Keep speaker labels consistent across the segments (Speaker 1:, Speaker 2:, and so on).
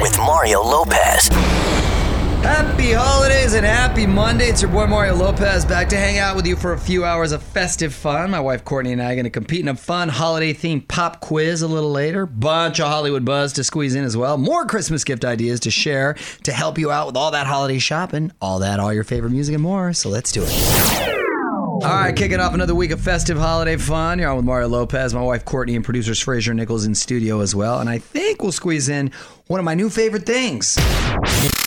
Speaker 1: with Mario Lopez.
Speaker 2: Happy holidays and happy Monday. It's your boy Mario Lopez back to hang out with you for a few hours of festive fun. My wife Courtney and I are going to compete in a fun holiday themed pop quiz a little later. Bunch of Hollywood buzz to squeeze in as well. More Christmas gift ideas to share to help you out with all that holiday shopping, all that, all your favorite music, and more. So let's do it. All right, kicking off another week of festive holiday fun. You're on with Mario Lopez, my wife Courtney, and producers Fraser Nichols in studio as well. And I think we'll squeeze in one of my new favorite things.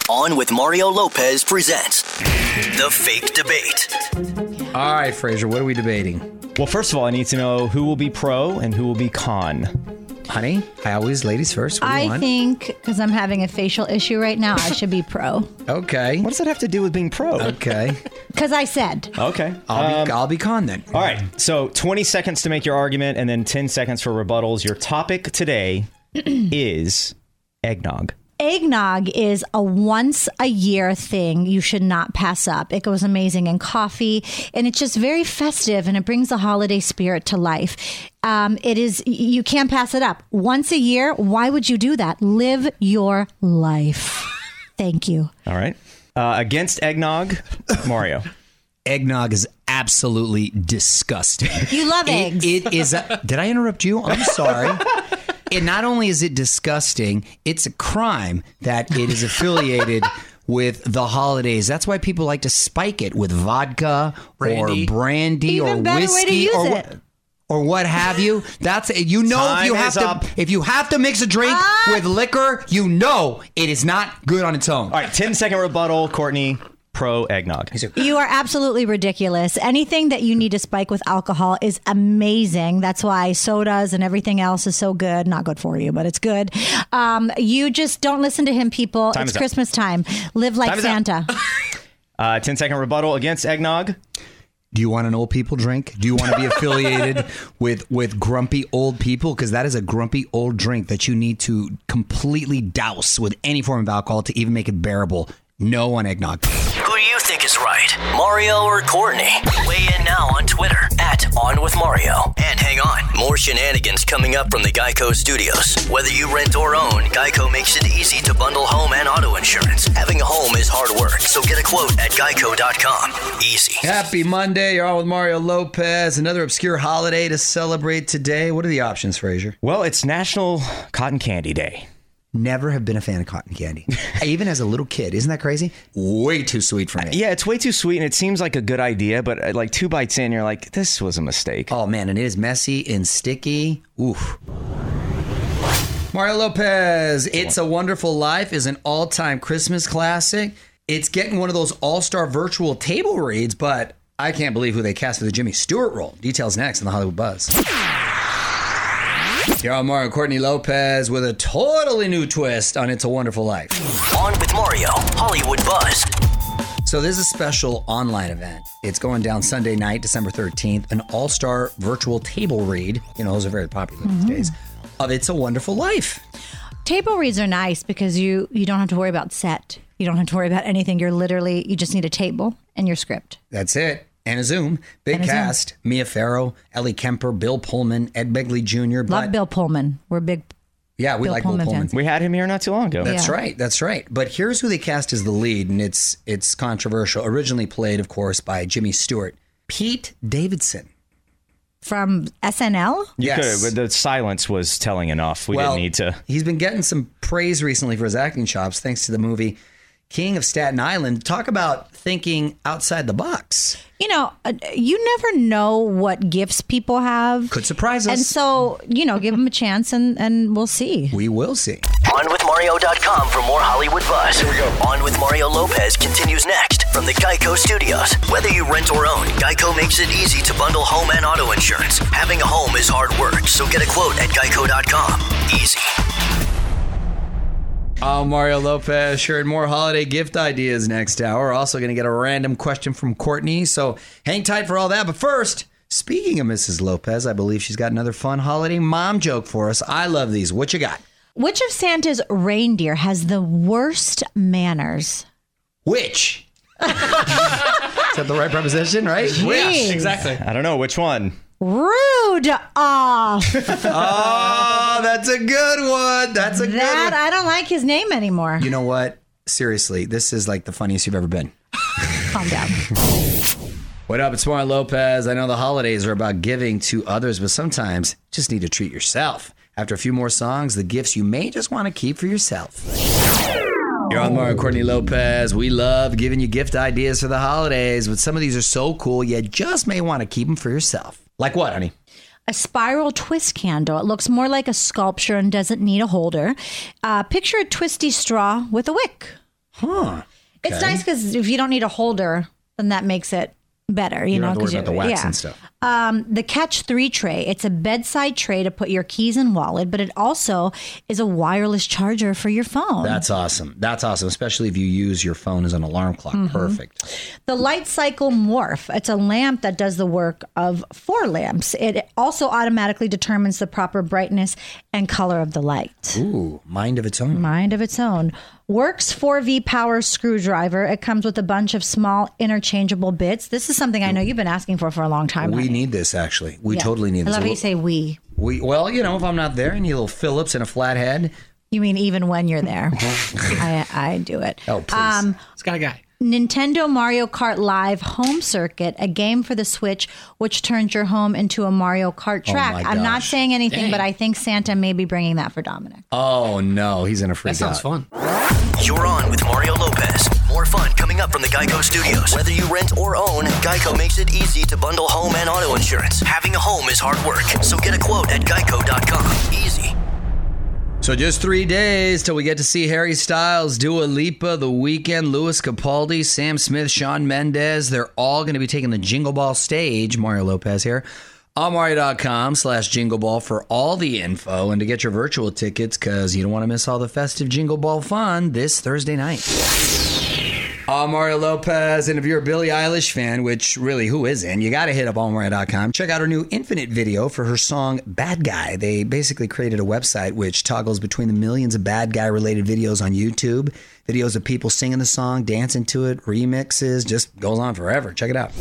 Speaker 1: On with Mario Lopez presents The Fake Debate.
Speaker 2: All right, Fraser, what are we debating?
Speaker 3: Well, first of all, I need to know who will be pro and who will be con.
Speaker 2: Honey, I always ladies first. What do you
Speaker 4: I
Speaker 2: want?
Speaker 4: think because I'm having a facial issue right now, I should be pro.
Speaker 2: Okay.
Speaker 3: What does that have to do with being pro?
Speaker 2: Okay.
Speaker 4: Because I said
Speaker 3: Okay.
Speaker 2: Uh, I'll,
Speaker 3: Um,
Speaker 2: be, I'll be con then.
Speaker 3: all right. So 20 seconds to make your argument and then 10 seconds for rebuttals. Your topic today is eggnog.
Speaker 4: eggnog is a once a year thing you should not pass up. It goes amazing in coffee and it's just very festive and it brings the holiday spirit to life. Um, it is, you can't pass it up. Once a year, why would you do that? Live your life. Thank you.
Speaker 3: All right. Uh, against eggnog, Mario.
Speaker 2: Eggnog is absolutely disgusting.
Speaker 4: You love eggs.
Speaker 2: It, it is. A, did I interrupt you? I'm sorry. And not only is it disgusting, it's a crime that it is affiliated with the holidays. That's why people like to spike it with vodka
Speaker 5: Brandy.
Speaker 2: or brandy
Speaker 4: Even
Speaker 2: or
Speaker 4: better way to
Speaker 2: whiskey
Speaker 4: use
Speaker 2: or
Speaker 4: it.
Speaker 2: what. Or what have you? That's you know if
Speaker 3: Time
Speaker 2: you have
Speaker 3: is
Speaker 2: to
Speaker 3: up.
Speaker 2: if you have to mix a drink
Speaker 4: Ah!
Speaker 2: with liquor, you know it is not good on its own.
Speaker 3: All right. 10 second rebuttal, Courtney, pro eggnog.
Speaker 4: You are absolutely ridiculous. Anything that you need to spike with alcohol is amazing. That's why sodas and everything else is so good. Not good for you, but it's good. Um, you just don't listen to him, people.
Speaker 3: Time
Speaker 4: it's
Speaker 3: is up.
Speaker 4: Christmas time. Live like
Speaker 3: Time is up.
Speaker 4: Santa.
Speaker 3: Uh, 10 second rebuttal against eggnog.
Speaker 2: Do you want an old people drink? Do you want to be affiliated with with grumpy old people? Because that is a grumpy old drink that you need to completely douse with any form of alcohol to even make it bearable. No on eggnog.
Speaker 1: Who do you think is right, Mario or Courtney? Weigh in now on Twitter at On With Mario. And hang on, more shenanigans coming up from the Geico Studios. Whether you rent or own, Geico makes it easy to bundle home and auto insurance. Having a home is hard work, so get a quote at geico.com. Easy.
Speaker 2: Happy Monday. You're on with Mario Lopez. Another obscure holiday to celebrate today. What are the options, Frazier?
Speaker 3: Well, it's National Cotton Candy Day.
Speaker 2: Never have been a fan of cotton candy. even as a little kid. Isn't that crazy? Uh, Way too sweet for me.
Speaker 3: Yeah, it's way too sweet and it seems like a good idea, but uh, like two bites in, you're like, this was a mistake.
Speaker 2: Oh man, and it is messy and sticky. Oof. Mario Lopez, It's a Wonderful Life is an all time Christmas classic. It's getting one of those all star virtual table reads, but I can't believe who they cast for the Jimmy Stewart role. Details next on the Hollywood Buzz. Here are Mario and Courtney Lopez with a totally new twist on It's a Wonderful Life.
Speaker 1: On With Mario, Hollywood Buzz.
Speaker 2: So there's a special online event. It's going down Sunday night, December 13th, an all-star virtual table read. You know, those are very popular
Speaker 4: Mm-hmm.
Speaker 2: these days. Of It's a Wonderful Life.
Speaker 4: Table reads are nice because you you don't have to worry about set. You don't have to worry about anything. You're literally you just need a table and your script.
Speaker 2: That's it. And a Zoom. Big
Speaker 4: a Zoom.
Speaker 2: cast. Mia Farrow, Ellie Kemper, Bill Pullman, Ed Begley Jr.
Speaker 4: Love
Speaker 2: but-
Speaker 4: Bill Pullman. We're big.
Speaker 2: Yeah, we
Speaker 4: Bill
Speaker 2: like
Speaker 4: Pullman
Speaker 2: Bill Pullman.
Speaker 4: fans.
Speaker 3: We had him here not too long ago.
Speaker 2: That's
Speaker 4: Yeah.
Speaker 2: right. That's right. But here's who they cast as the lead, and it's it's controversial. Originally played, of course, by Jimmy Stewart. Pete Davidson.
Speaker 4: From SNL,
Speaker 3: You
Speaker 2: Yes.
Speaker 3: could, but the silence was telling enough. We didn't need to.
Speaker 2: He's been getting some praise recently for his acting chops, thanks to the movie King of Staten Island. Talk about thinking outside the box.
Speaker 4: you know, uh, you never know what gifts people have.
Speaker 2: Could surprise us.
Speaker 4: And so, you know, give him a chance and, and we'll see.
Speaker 2: we will see.
Speaker 1: OnWithMario.com for more Hollywood buzz. Here we go. On with Mario Lopez continues next from the Geico Studios. Whether you rent or own, Geico makes it easy to bundle home and auto insurance. Having a home is hard work, so get a quote at Geico.com. Easy.
Speaker 2: I'm Mario Lopez. Sharing more holiday gift ideas next hour. We're also going to get a random question from Courtney. So hang tight for all that. But first, speaking of Mrs. Lopez, I believe she's got another fun holiday mom joke for us. I love these. What you got?
Speaker 4: Which of Santa's reindeer has the worst manners?
Speaker 2: Which? Is that the right preposition, right?
Speaker 5: Exactly.
Speaker 3: I don't know which one.
Speaker 4: rude off.
Speaker 2: Oh, that's a good one. That's a
Speaker 4: that
Speaker 2: good one.
Speaker 4: I don't like his name anymore.
Speaker 2: You know what? Seriously, this is like the funniest you've ever been.
Speaker 4: Calm down.
Speaker 2: What up? It's Mario Lopez. I know the holidays are about giving to others, but sometimes you just need to treat yourself. After a few more songs, the gifts you may just want to keep for yourself. You're on Mario Courtney Lopez. We love giving you gift ideas for the holidays, but some of these are so cool, you just may want to keep them for yourself. Like what, honey?
Speaker 4: a spiral twist candle. It looks more like a sculpture and doesn't need a holder. Uh, picture a twisty straw with a wick.
Speaker 2: Huh.
Speaker 4: It's nice because if you don't need a holder, then that makes it better. You,
Speaker 2: You
Speaker 4: know,
Speaker 2: don't have to worry about the
Speaker 4: 'cause you-
Speaker 2: wax
Speaker 4: yeah.
Speaker 2: and stuff.
Speaker 4: The Catch 3 tray. It's a bedside tray to put your keys and wallet, but it also is a wireless charger for your phone.
Speaker 2: That's awesome. That's awesome, especially if you use your phone as an alarm clock.
Speaker 4: Mm-hmm.
Speaker 2: Perfect.
Speaker 4: The light cycle morph. It's a lamp that does the work of four lamps. It also automatically determines the proper brightness and color of the light.
Speaker 2: Ooh, mind of its own.
Speaker 4: mind of its own. Works 4V power screwdriver. It comes with a bunch of small interchangeable bits. This is something I know you've been asking for for a long time.
Speaker 2: We
Speaker 4: honey.
Speaker 2: need this, actually. We
Speaker 4: Yeah.
Speaker 2: totally need
Speaker 4: I
Speaker 2: this.
Speaker 4: love how
Speaker 2: We'll-
Speaker 4: you say we.
Speaker 2: We well, you know, if I'm not there, you need a little Phillips and a flathead.
Speaker 4: You mean even when you're there. I, I do it. Um,
Speaker 2: Oh, please.
Speaker 5: Sky guy.
Speaker 4: Nintendo Mario Kart Live Home Circuit, a game for the Switch, which turns your home into a Mario Kart track.
Speaker 2: Oh my
Speaker 4: I'm not
Speaker 2: gosh.
Speaker 4: saying anything, but I think Santa may be bringing that for Dominic.
Speaker 2: oh no, he's in a freak
Speaker 5: That sounds
Speaker 2: out.
Speaker 5: fun.
Speaker 1: You're on with Mario Lopez. More fun coming up from the Geico Studios. Whether you rent or own, Geico makes it easy to bundle home and auto insurance. Having a home is hard work, so get a quote at geico.com. Easy.
Speaker 2: So just three days till we get to see Harry Styles, Dua Lipa, The Weekend, Louis Capaldi, Sam Smith, Sean Mendez. They're all going to be taking the Jingle Ball stage. Mario Lopez here. On Mario.com slash Jingle Ball for all the info and to get your virtual tickets because you don't want to miss all the festive Jingle Ball fun this Thursday night. All Mario Lopez, and if you're a Billie Eilish fan, which really who isn't, you got to hit up allmario.com. Check out her new Infinite video for her song Bad Guy. They basically created a website which toggles between the millions of bad guy related videos on YouTube, videos of people singing the song, dancing to it, remixes, just goes on forever. Check it out.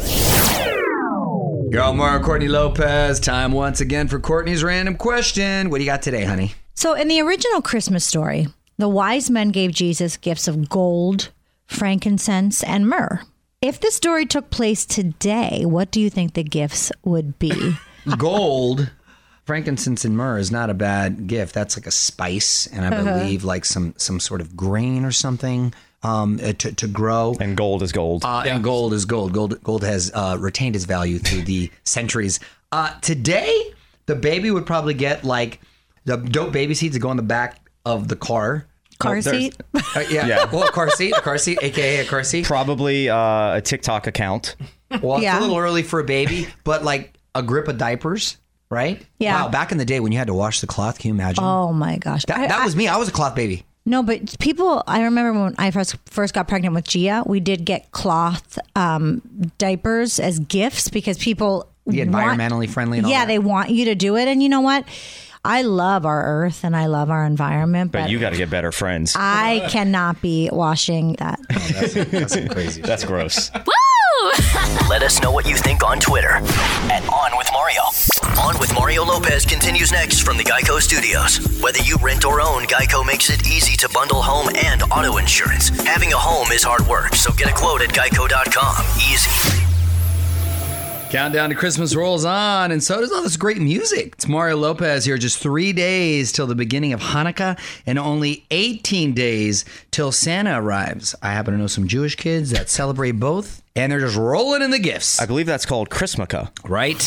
Speaker 2: You're all Mario Courtney Lopez. Time once again for Courtney's random question. What do you got today, honey?
Speaker 4: So, in the original Christmas story, the wise men gave Jesus gifts of gold, frankincense, and myrrh. If this story took place today, what do you think the gifts would be?
Speaker 2: Oh, gold frankincense and myrrh is not a bad gift that's like a spice and i
Speaker 4: Uh-huh.
Speaker 2: believe like some some sort of grain or something um uh, to, to grow
Speaker 3: And gold is gold.
Speaker 2: uh, and gold is gold gold gold has uh, retained its value through the centuries uh today the baby would probably get like the dope baby seats that go on the back of the car
Speaker 4: Car
Speaker 3: Oh, there's-
Speaker 4: seat?
Speaker 2: Uh, yeah,
Speaker 3: Yeah.
Speaker 2: well, a car seat, a car seat, aka a car seat.
Speaker 3: Probably uh, a TikTok account.
Speaker 2: Well,
Speaker 4: Yeah.
Speaker 2: it's a little early for a baby, but like a grip of diapers, right?
Speaker 4: Yeah.
Speaker 2: Wow, back in the day when you had to wash the cloth, can you imagine?
Speaker 4: Oh my gosh. I-
Speaker 2: That, that
Speaker 4: I-
Speaker 2: was me. I was a cloth baby.
Speaker 4: no, but people, I remember when I first, first got pregnant with Gia, we did get cloth um, diapers as gifts because people.
Speaker 2: The
Speaker 4: want-
Speaker 2: environmentally friendly. And all that.
Speaker 4: yeah, they want you to do it. And you know what? I love our earth and I love our environment, but,
Speaker 3: But you got to get better friends.
Speaker 4: I cannot be washing that.
Speaker 3: That's gross.
Speaker 1: Let us know what you think on Twitter at On With Mario. On With Mario Lopez continues next from the Geico Studios. Whether you rent or own, Geico makes it easy to bundle home and auto insurance. Having a home is hard work, so get a quote at geico.com. Easy.
Speaker 2: Countdown to Christmas rolls on, and so does all this great music. It's Mario Lopez here, just three days till the beginning of Hanukkah, and only 18 days till Santa arrives. I happen to know some Jewish kids that celebrate both, and they're just rolling in the gifts.
Speaker 3: I believe that's called Chrismica.
Speaker 2: Right?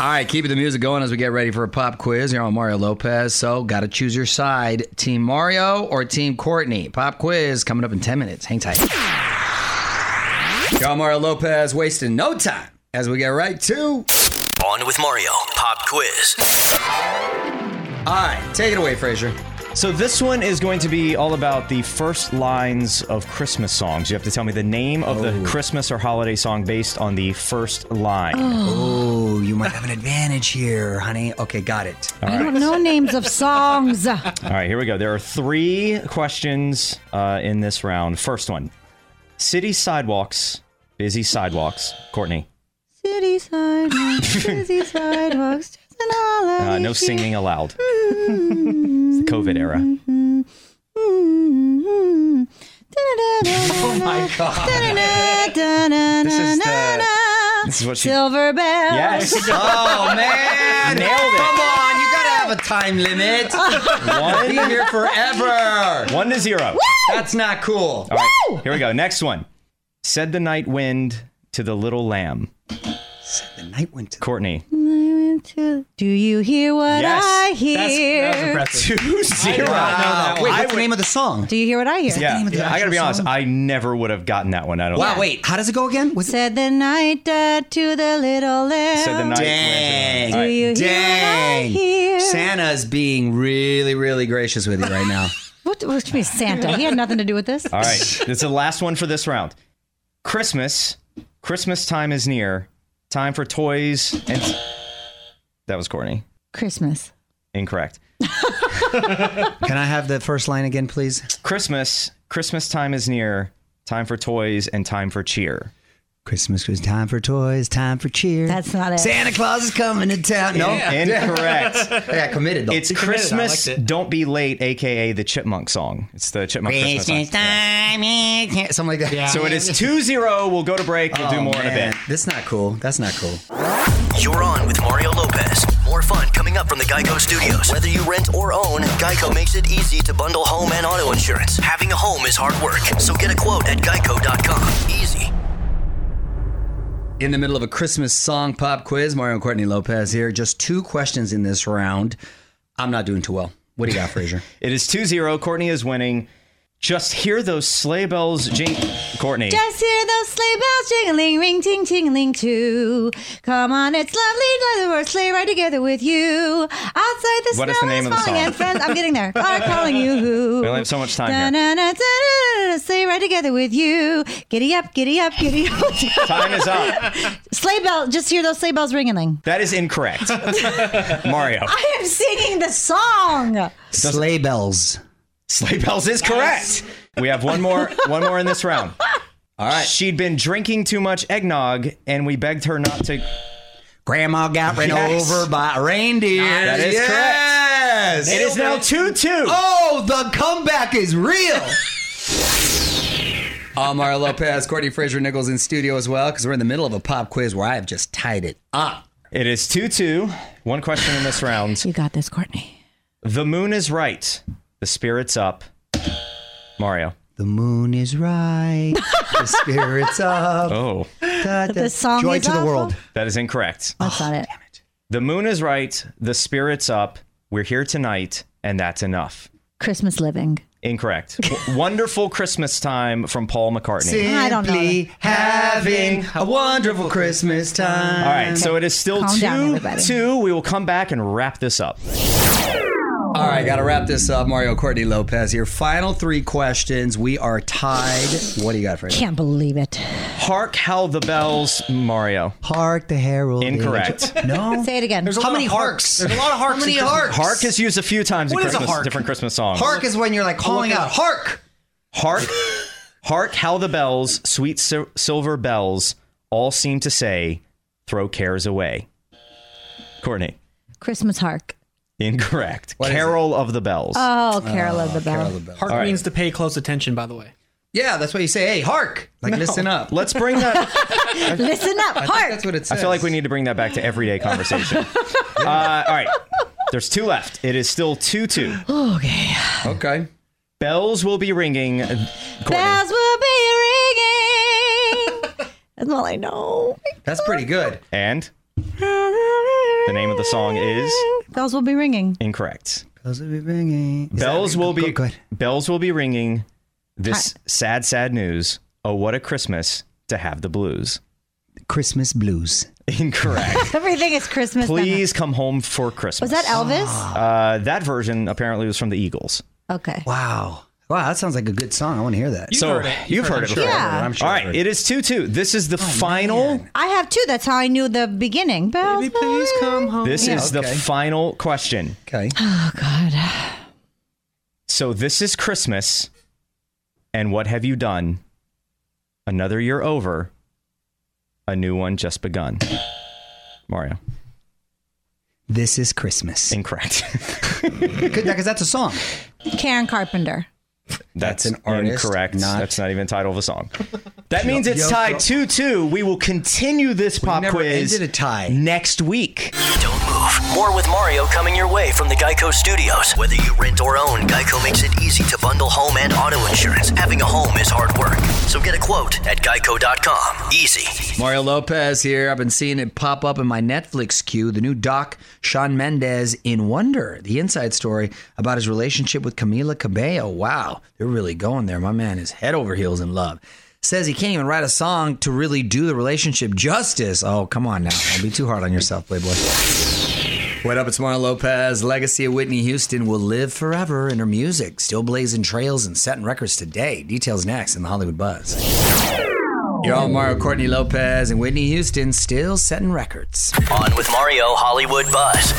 Speaker 2: All right, keeping the music going as we get ready for a pop quiz. You're on Mario Lopez, so got to choose your side Team Mario or Team Courtney. Pop quiz coming up in 10 minutes. Hang tight. You're on Mario Lopez, wasting no time as we get right to.
Speaker 1: On With Mario. Pop quiz.
Speaker 2: All right, take it away, Frazier.
Speaker 3: So this one is going to be all about the first lines of Christmas songs. You have to tell me the name of the Christmas or holiday song based on the first line.
Speaker 2: Oh, you might have an advantage here, honey. Okay, got it.
Speaker 4: I don't know names of songs.
Speaker 3: All right, here we go. There are three questions uh, in this round. First one City sidewalks, busy sidewalks. Courtney,
Speaker 4: City sidewalks, busy sidewalks, just an holiday
Speaker 3: uh, no
Speaker 4: cheer.
Speaker 3: singing allowed. it's the COVID era.
Speaker 4: Mm-hmm. Da-da-da-da-da-da.
Speaker 2: My God.
Speaker 3: Oh
Speaker 4: Da-da-da-da-da-da-da.
Speaker 3: This is the- this is what she-
Speaker 4: Silver bells.
Speaker 3: Yes.
Speaker 2: Oh man,
Speaker 3: Nailed it.
Speaker 2: Come on, you gotta have a time limit. Be
Speaker 3: One,
Speaker 2: here forever.
Speaker 3: one to zero.
Speaker 2: That's not cool.
Speaker 3: All right, here we go. Next one. Said the night wind to the little lamb.
Speaker 2: The night went to
Speaker 3: Courtney,
Speaker 4: Do you hear what
Speaker 3: Yes.
Speaker 4: I
Speaker 3: That's-
Speaker 4: hear?
Speaker 2: impressive.
Speaker 3: two zero.
Speaker 2: Wait,
Speaker 3: I
Speaker 2: what's the
Speaker 3: would-
Speaker 2: name of the song?
Speaker 4: Do you hear what I hear?
Speaker 3: Yeah,
Speaker 2: name of the
Speaker 3: I gotta be
Speaker 2: actual
Speaker 3: honest.
Speaker 2: song?
Speaker 3: I never would have gotten that one. I don't.
Speaker 2: Wow, wait, how does it go again? Was it
Speaker 4: Said the night died to the little lamb.
Speaker 3: Said the night
Speaker 2: Dang.
Speaker 3: wind. All
Speaker 4: Do
Speaker 3: right.
Speaker 4: you
Speaker 2: Dang.
Speaker 4: hear what I hear?
Speaker 2: Santa's being really, really gracious with you right now.
Speaker 4: What, what means Santa? He had nothing to do with this.
Speaker 3: All right. This is the last one for this round. Christmas. Christmas time is near. Time for toys and. That was Courtney.
Speaker 4: Christmas.
Speaker 3: Incorrect.
Speaker 2: Can I have the first line again, please?
Speaker 3: Christmas. Christmas time is near. Time for toys and time for cheer.
Speaker 2: Christmas was time for toys, time for cheer.
Speaker 4: That's not it.
Speaker 2: Santa Claus is coming to town. No,
Speaker 3: Incorrect.
Speaker 2: I got committed though.
Speaker 3: It's Christmas. Don't be late, aka the Chipmunk song. It's the Chipmunk Christmas song.
Speaker 2: time, yeah. something like that.
Speaker 3: So it is 2 0. We'll go to break. We'll do
Speaker 2: Oh,
Speaker 3: more in a
Speaker 2: man.
Speaker 3: bit.
Speaker 2: That's not cool. That's not cool.
Speaker 1: You're on with Mario Lopez. More fun coming up from the Geico Studios. Whether you rent or own, Geico makes it easy to bundle home and auto insurance. Having a home is hard work, so get a quote at geico.com. Easy.
Speaker 2: In the middle of a Christmas song pop quiz, Mario and Courtney Lopez here. Just two questions in this round. I'm not doing too well. What do you got, Frazier?
Speaker 3: It is 2 0. Courtney is winning. Just hear those sleigh bells jing. Courtney.
Speaker 4: Just hear those sleigh bells jingling, ring ting tingling too. Come on, it's lovely weather. We're sleigh ride together with you. Outside the
Speaker 3: What
Speaker 4: snow
Speaker 3: is the name
Speaker 4: is
Speaker 3: of the
Speaker 4: falling
Speaker 3: song?
Speaker 4: and friends. I'm getting there. Are calling you.
Speaker 3: We only have so much time here.
Speaker 4: Da-na-na, da-na-na-na, Sleigh ride together with you. Giddy up, giddy up, giddy up.
Speaker 3: Time is up.
Speaker 4: sleigh bell. Just hear those sleigh bells ringing.
Speaker 3: That is incorrect. Mario.
Speaker 4: I am singing the song.
Speaker 2: Sleigh bells.
Speaker 3: Sleigh bells is correct. We have one more one more in this round. All right. She'd been drinking too much eggnog and we begged her not to
Speaker 2: Grandma got run
Speaker 3: Yes.
Speaker 2: over by a reindeer.
Speaker 3: That is correct.
Speaker 2: yes.
Speaker 3: It is now 2 2.
Speaker 2: Oh, the comeback is real. I'm Mario Lopez, Courtney Fraser Nichols in studio as well, because we're in the middle of a pop quiz where I have just tied it up.
Speaker 3: It is 2 2. One question in this round.
Speaker 4: You got this, Courtney.
Speaker 3: The moon is right. The spirit's up. Mario.
Speaker 2: The moon is right. The spirit's up.
Speaker 3: Oh,
Speaker 2: Da, da.
Speaker 4: The song
Speaker 2: Joy
Speaker 4: is
Speaker 2: to Uh, the
Speaker 4: awful.
Speaker 2: world.
Speaker 3: that is incorrect.
Speaker 4: That's not Oh, it.
Speaker 3: The moon is right. The spirit's up. We're here tonight, and that's enough.
Speaker 4: Christmas living.
Speaker 3: Incorrect. W- Wonderful Christmas time from Paul McCartney.
Speaker 4: I don't know.
Speaker 2: Simply having a wonderful Christmas time.
Speaker 3: All right, so it is still
Speaker 4: Um, Calm down,
Speaker 3: two
Speaker 4: everybody.
Speaker 3: two. We will come back and wrap this up.
Speaker 2: All right, got to wrap this up. Mario Courtney Lopez here. Final three questions. We are tied. What do you got for us?
Speaker 4: Can't believe it.
Speaker 3: Hark how the bells, Mario.
Speaker 2: Hark the herald.
Speaker 3: Incorrect.
Speaker 2: No.
Speaker 4: Say it again.
Speaker 2: How many harks? There's a lot of harks. How many harks?
Speaker 3: Hark is used a few times in
Speaker 2: What is a
Speaker 3: Christmas,
Speaker 2: hark?
Speaker 3: different Christmas songs.
Speaker 2: Hark is when you're like calling out. Hark.
Speaker 3: hark, hark how the bells, sweet sil- silver bells, all seem to say, "Throw cares away." Courtney,
Speaker 4: Christmas hark.
Speaker 3: incorrect.
Speaker 2: is it?
Speaker 3: Carol of the bells.
Speaker 4: Oh, Carol of the Bell.
Speaker 5: Hark means to pay close attention, by the way.
Speaker 2: Yeah, that's what you say. Hey, hark. Like listen up.
Speaker 3: Let's bring that.
Speaker 4: Listen up, hark.
Speaker 2: That's what it
Speaker 3: I
Speaker 2: says.
Speaker 3: feel like we need to bring that back to everyday conversation. uh, all right. There's two left. It is still 2 2.
Speaker 4: Okay.
Speaker 2: Okay.
Speaker 3: Bells will be ringing. uh, Courtney.
Speaker 4: Bells will be ringing. That's all I know.
Speaker 2: That's pretty good.
Speaker 3: And the name of the song is
Speaker 4: Bells will be ringing.
Speaker 3: incorrect.
Speaker 2: Bells will be ringing. Is
Speaker 3: bells
Speaker 2: that-
Speaker 3: will be
Speaker 2: Go- go ahead.
Speaker 3: bells will be ringing. This sad, sad news. Oh, what a Christmas to have the blues.
Speaker 2: Christmas blues.
Speaker 3: Incorrect.
Speaker 4: Everything is Christmas. then.
Speaker 3: Please come home for Christmas.
Speaker 4: Was that Elvis?
Speaker 3: Uh, that version apparently was from the Eagles.
Speaker 4: Okay.
Speaker 2: Wow. Wow, that sounds like a good song. I want to hear that.
Speaker 5: You've
Speaker 3: so
Speaker 5: heard it.
Speaker 3: you've heard it before.
Speaker 4: sure. Yeah. Oh,
Speaker 2: I'm sure.
Speaker 3: All
Speaker 2: I've
Speaker 3: right,
Speaker 2: heard
Speaker 3: it is two two. This is the final.
Speaker 4: I have two. That's how I knew the beginning. Bells
Speaker 5: Baby, please
Speaker 4: will
Speaker 5: come home.
Speaker 3: This
Speaker 2: Yeah,
Speaker 3: is the
Speaker 2: okay.
Speaker 3: final question.
Speaker 2: Okay.
Speaker 4: Oh God.
Speaker 3: So this is Christmas, and what have you done? Another year over, a new one just begun. Mario,
Speaker 2: This is Christmas.
Speaker 3: incorrect.
Speaker 2: Because that's a song.
Speaker 4: Karen Carpenter.
Speaker 3: That's,
Speaker 2: an artist,
Speaker 3: Incorrect.
Speaker 2: not-
Speaker 3: That's not even the title of a song. That means it's
Speaker 2: yo,
Speaker 3: tied
Speaker 2: yo.
Speaker 3: two two. We will continue this pop
Speaker 2: never
Speaker 3: quiz
Speaker 2: ended a tie.
Speaker 3: next week.
Speaker 1: Don't move. More with Mario coming your way from the Geico Studios. Whether you rent or own, Geico makes it easy to bundle home and auto insurance. Having a home is hard work. So get a quote at geico.com. Easy.
Speaker 2: Mario Lopez here. I've been seeing it pop up in my Netflix queue. The new doc, Sean Mendez in Wonder, the inside story about his relationship with Camila Cabello. Wow, they're really going there. My man is head over heels in love. Says he can't even write a song to really do the relationship justice. Oh, come on now. Don't be too hard on yourself, Playboy. What up? It's Mario Lopez. Legacy of Whitney Houston will live forever in her music, still blazing trails and setting records today. Details next in the Hollywood Buzz. You're all Mario Courtney Lopez and Whitney Houston still setting records.
Speaker 1: On with Mario Hollywood Buzz.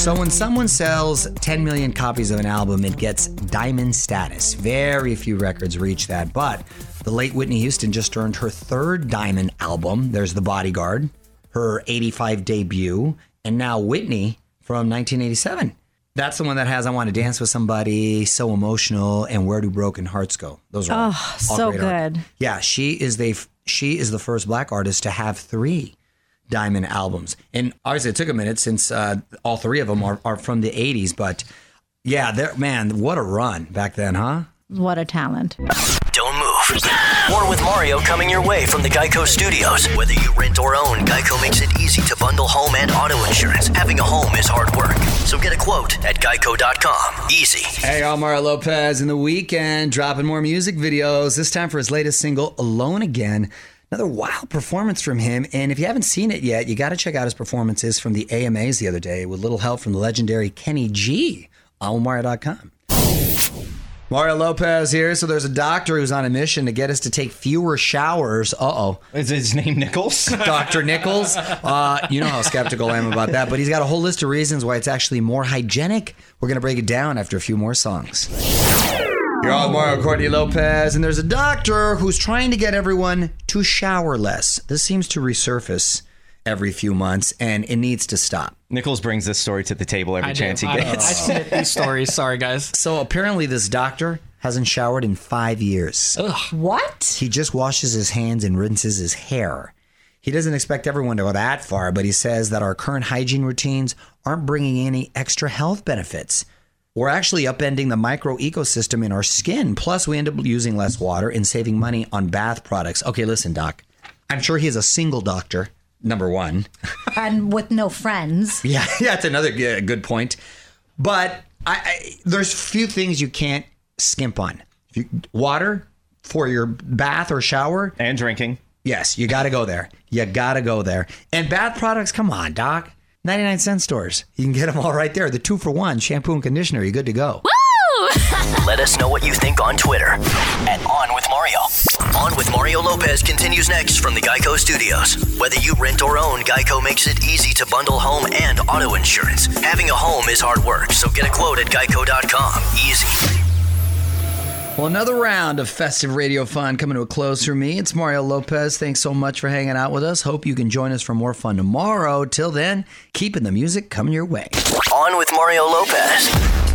Speaker 2: So when someone sells 10 million copies of an album, it gets diamond status. Very few records reach that, but the late Whitney Houston just earned her third diamond album. There's The Bodyguard, her 85 debut, and now Whitney from 1987. That's the one that has I Want to Dance with Somebody, So Emotional, and Where Do Broken Hearts Go. Those are all- all
Speaker 4: Oh, so
Speaker 2: great artists.
Speaker 4: good.
Speaker 2: Yeah, she is the she is the first black artist to have three diamond albums. And obviously, it took a minute since uh, all three of them are, are from the '80s. But yeah, there, man, what a run back then, huh?
Speaker 4: What a talent.
Speaker 1: Don't move. More with Mario coming your way from the Geico Studios. Whether you rent or own, Geico makes it easy to bundle home and auto insurance. Having a home is hard work. So get a quote at geico.com. Easy.
Speaker 2: Hey, Omar Lopez in the weekend, dropping more music videos. This time for his latest single, "Alone Again." Another wild performance from him. And if you haven't seen it yet, you got to check out his performances from the AMAs the other day with little help from the legendary Kenny G on Omar.com. Mario Lopez here. So there's a doctor who's on a mission to get us to take fewer showers. Uh oh.
Speaker 3: Is his name Nichols?
Speaker 2: Dr. Nichols, uh, you know how skeptical I am about that, but he's got a whole list of reasons why it's actually more hygienic. We're going to break it down after a few more songs. You're all Mario Courtney Lopez, and there's a doctor who's trying to get everyone to shower less. This seems to resurface every few months, and it needs to stop.
Speaker 3: Nichols brings this story to the table every
Speaker 5: I do.
Speaker 3: chance he
Speaker 5: I-
Speaker 3: gets.
Speaker 5: I submit these stories. Sorry, guys.
Speaker 2: So apparently, this doctor hasn't showered in five years.
Speaker 4: What?
Speaker 2: He just washes his hands and rinses his hair. He doesn't expect everyone to go that far, but he says that our current hygiene routines aren't bringing any extra health benefits. We're actually upending the micro ecosystem in our skin. Plus, we end up using less water and saving money on bath products. Okay, listen, Doc. I'm sure he's a single doctor, number one.
Speaker 4: And with no friends.
Speaker 2: Yeah, yeah, that's another g- good point. But I, I there's few things you can't skimp on. If you, water for your bath or shower,
Speaker 3: and drinking.
Speaker 2: Yes, you got to go there. You got to go there. And bath products, come on, doc. 99 cent stores. You can get them all right there. The two for one shampoo and conditioner. You're good to go.
Speaker 1: Let us know what you think on Twitter at On With Mario. On With Mario Lopez continues next from the Geico Studios. Whether you rent or own, Geico makes it easy to bundle home and auto insurance. Having a home is hard work, so get a quote at geico.com. Easy.
Speaker 2: Well, another round of festive radio fun coming to a close for me. It's Mario Lopez. Thanks so much for hanging out with us. Hope you can join us for more fun tomorrow. Till then, keeping the music coming your way.
Speaker 1: On With Mario Lopez.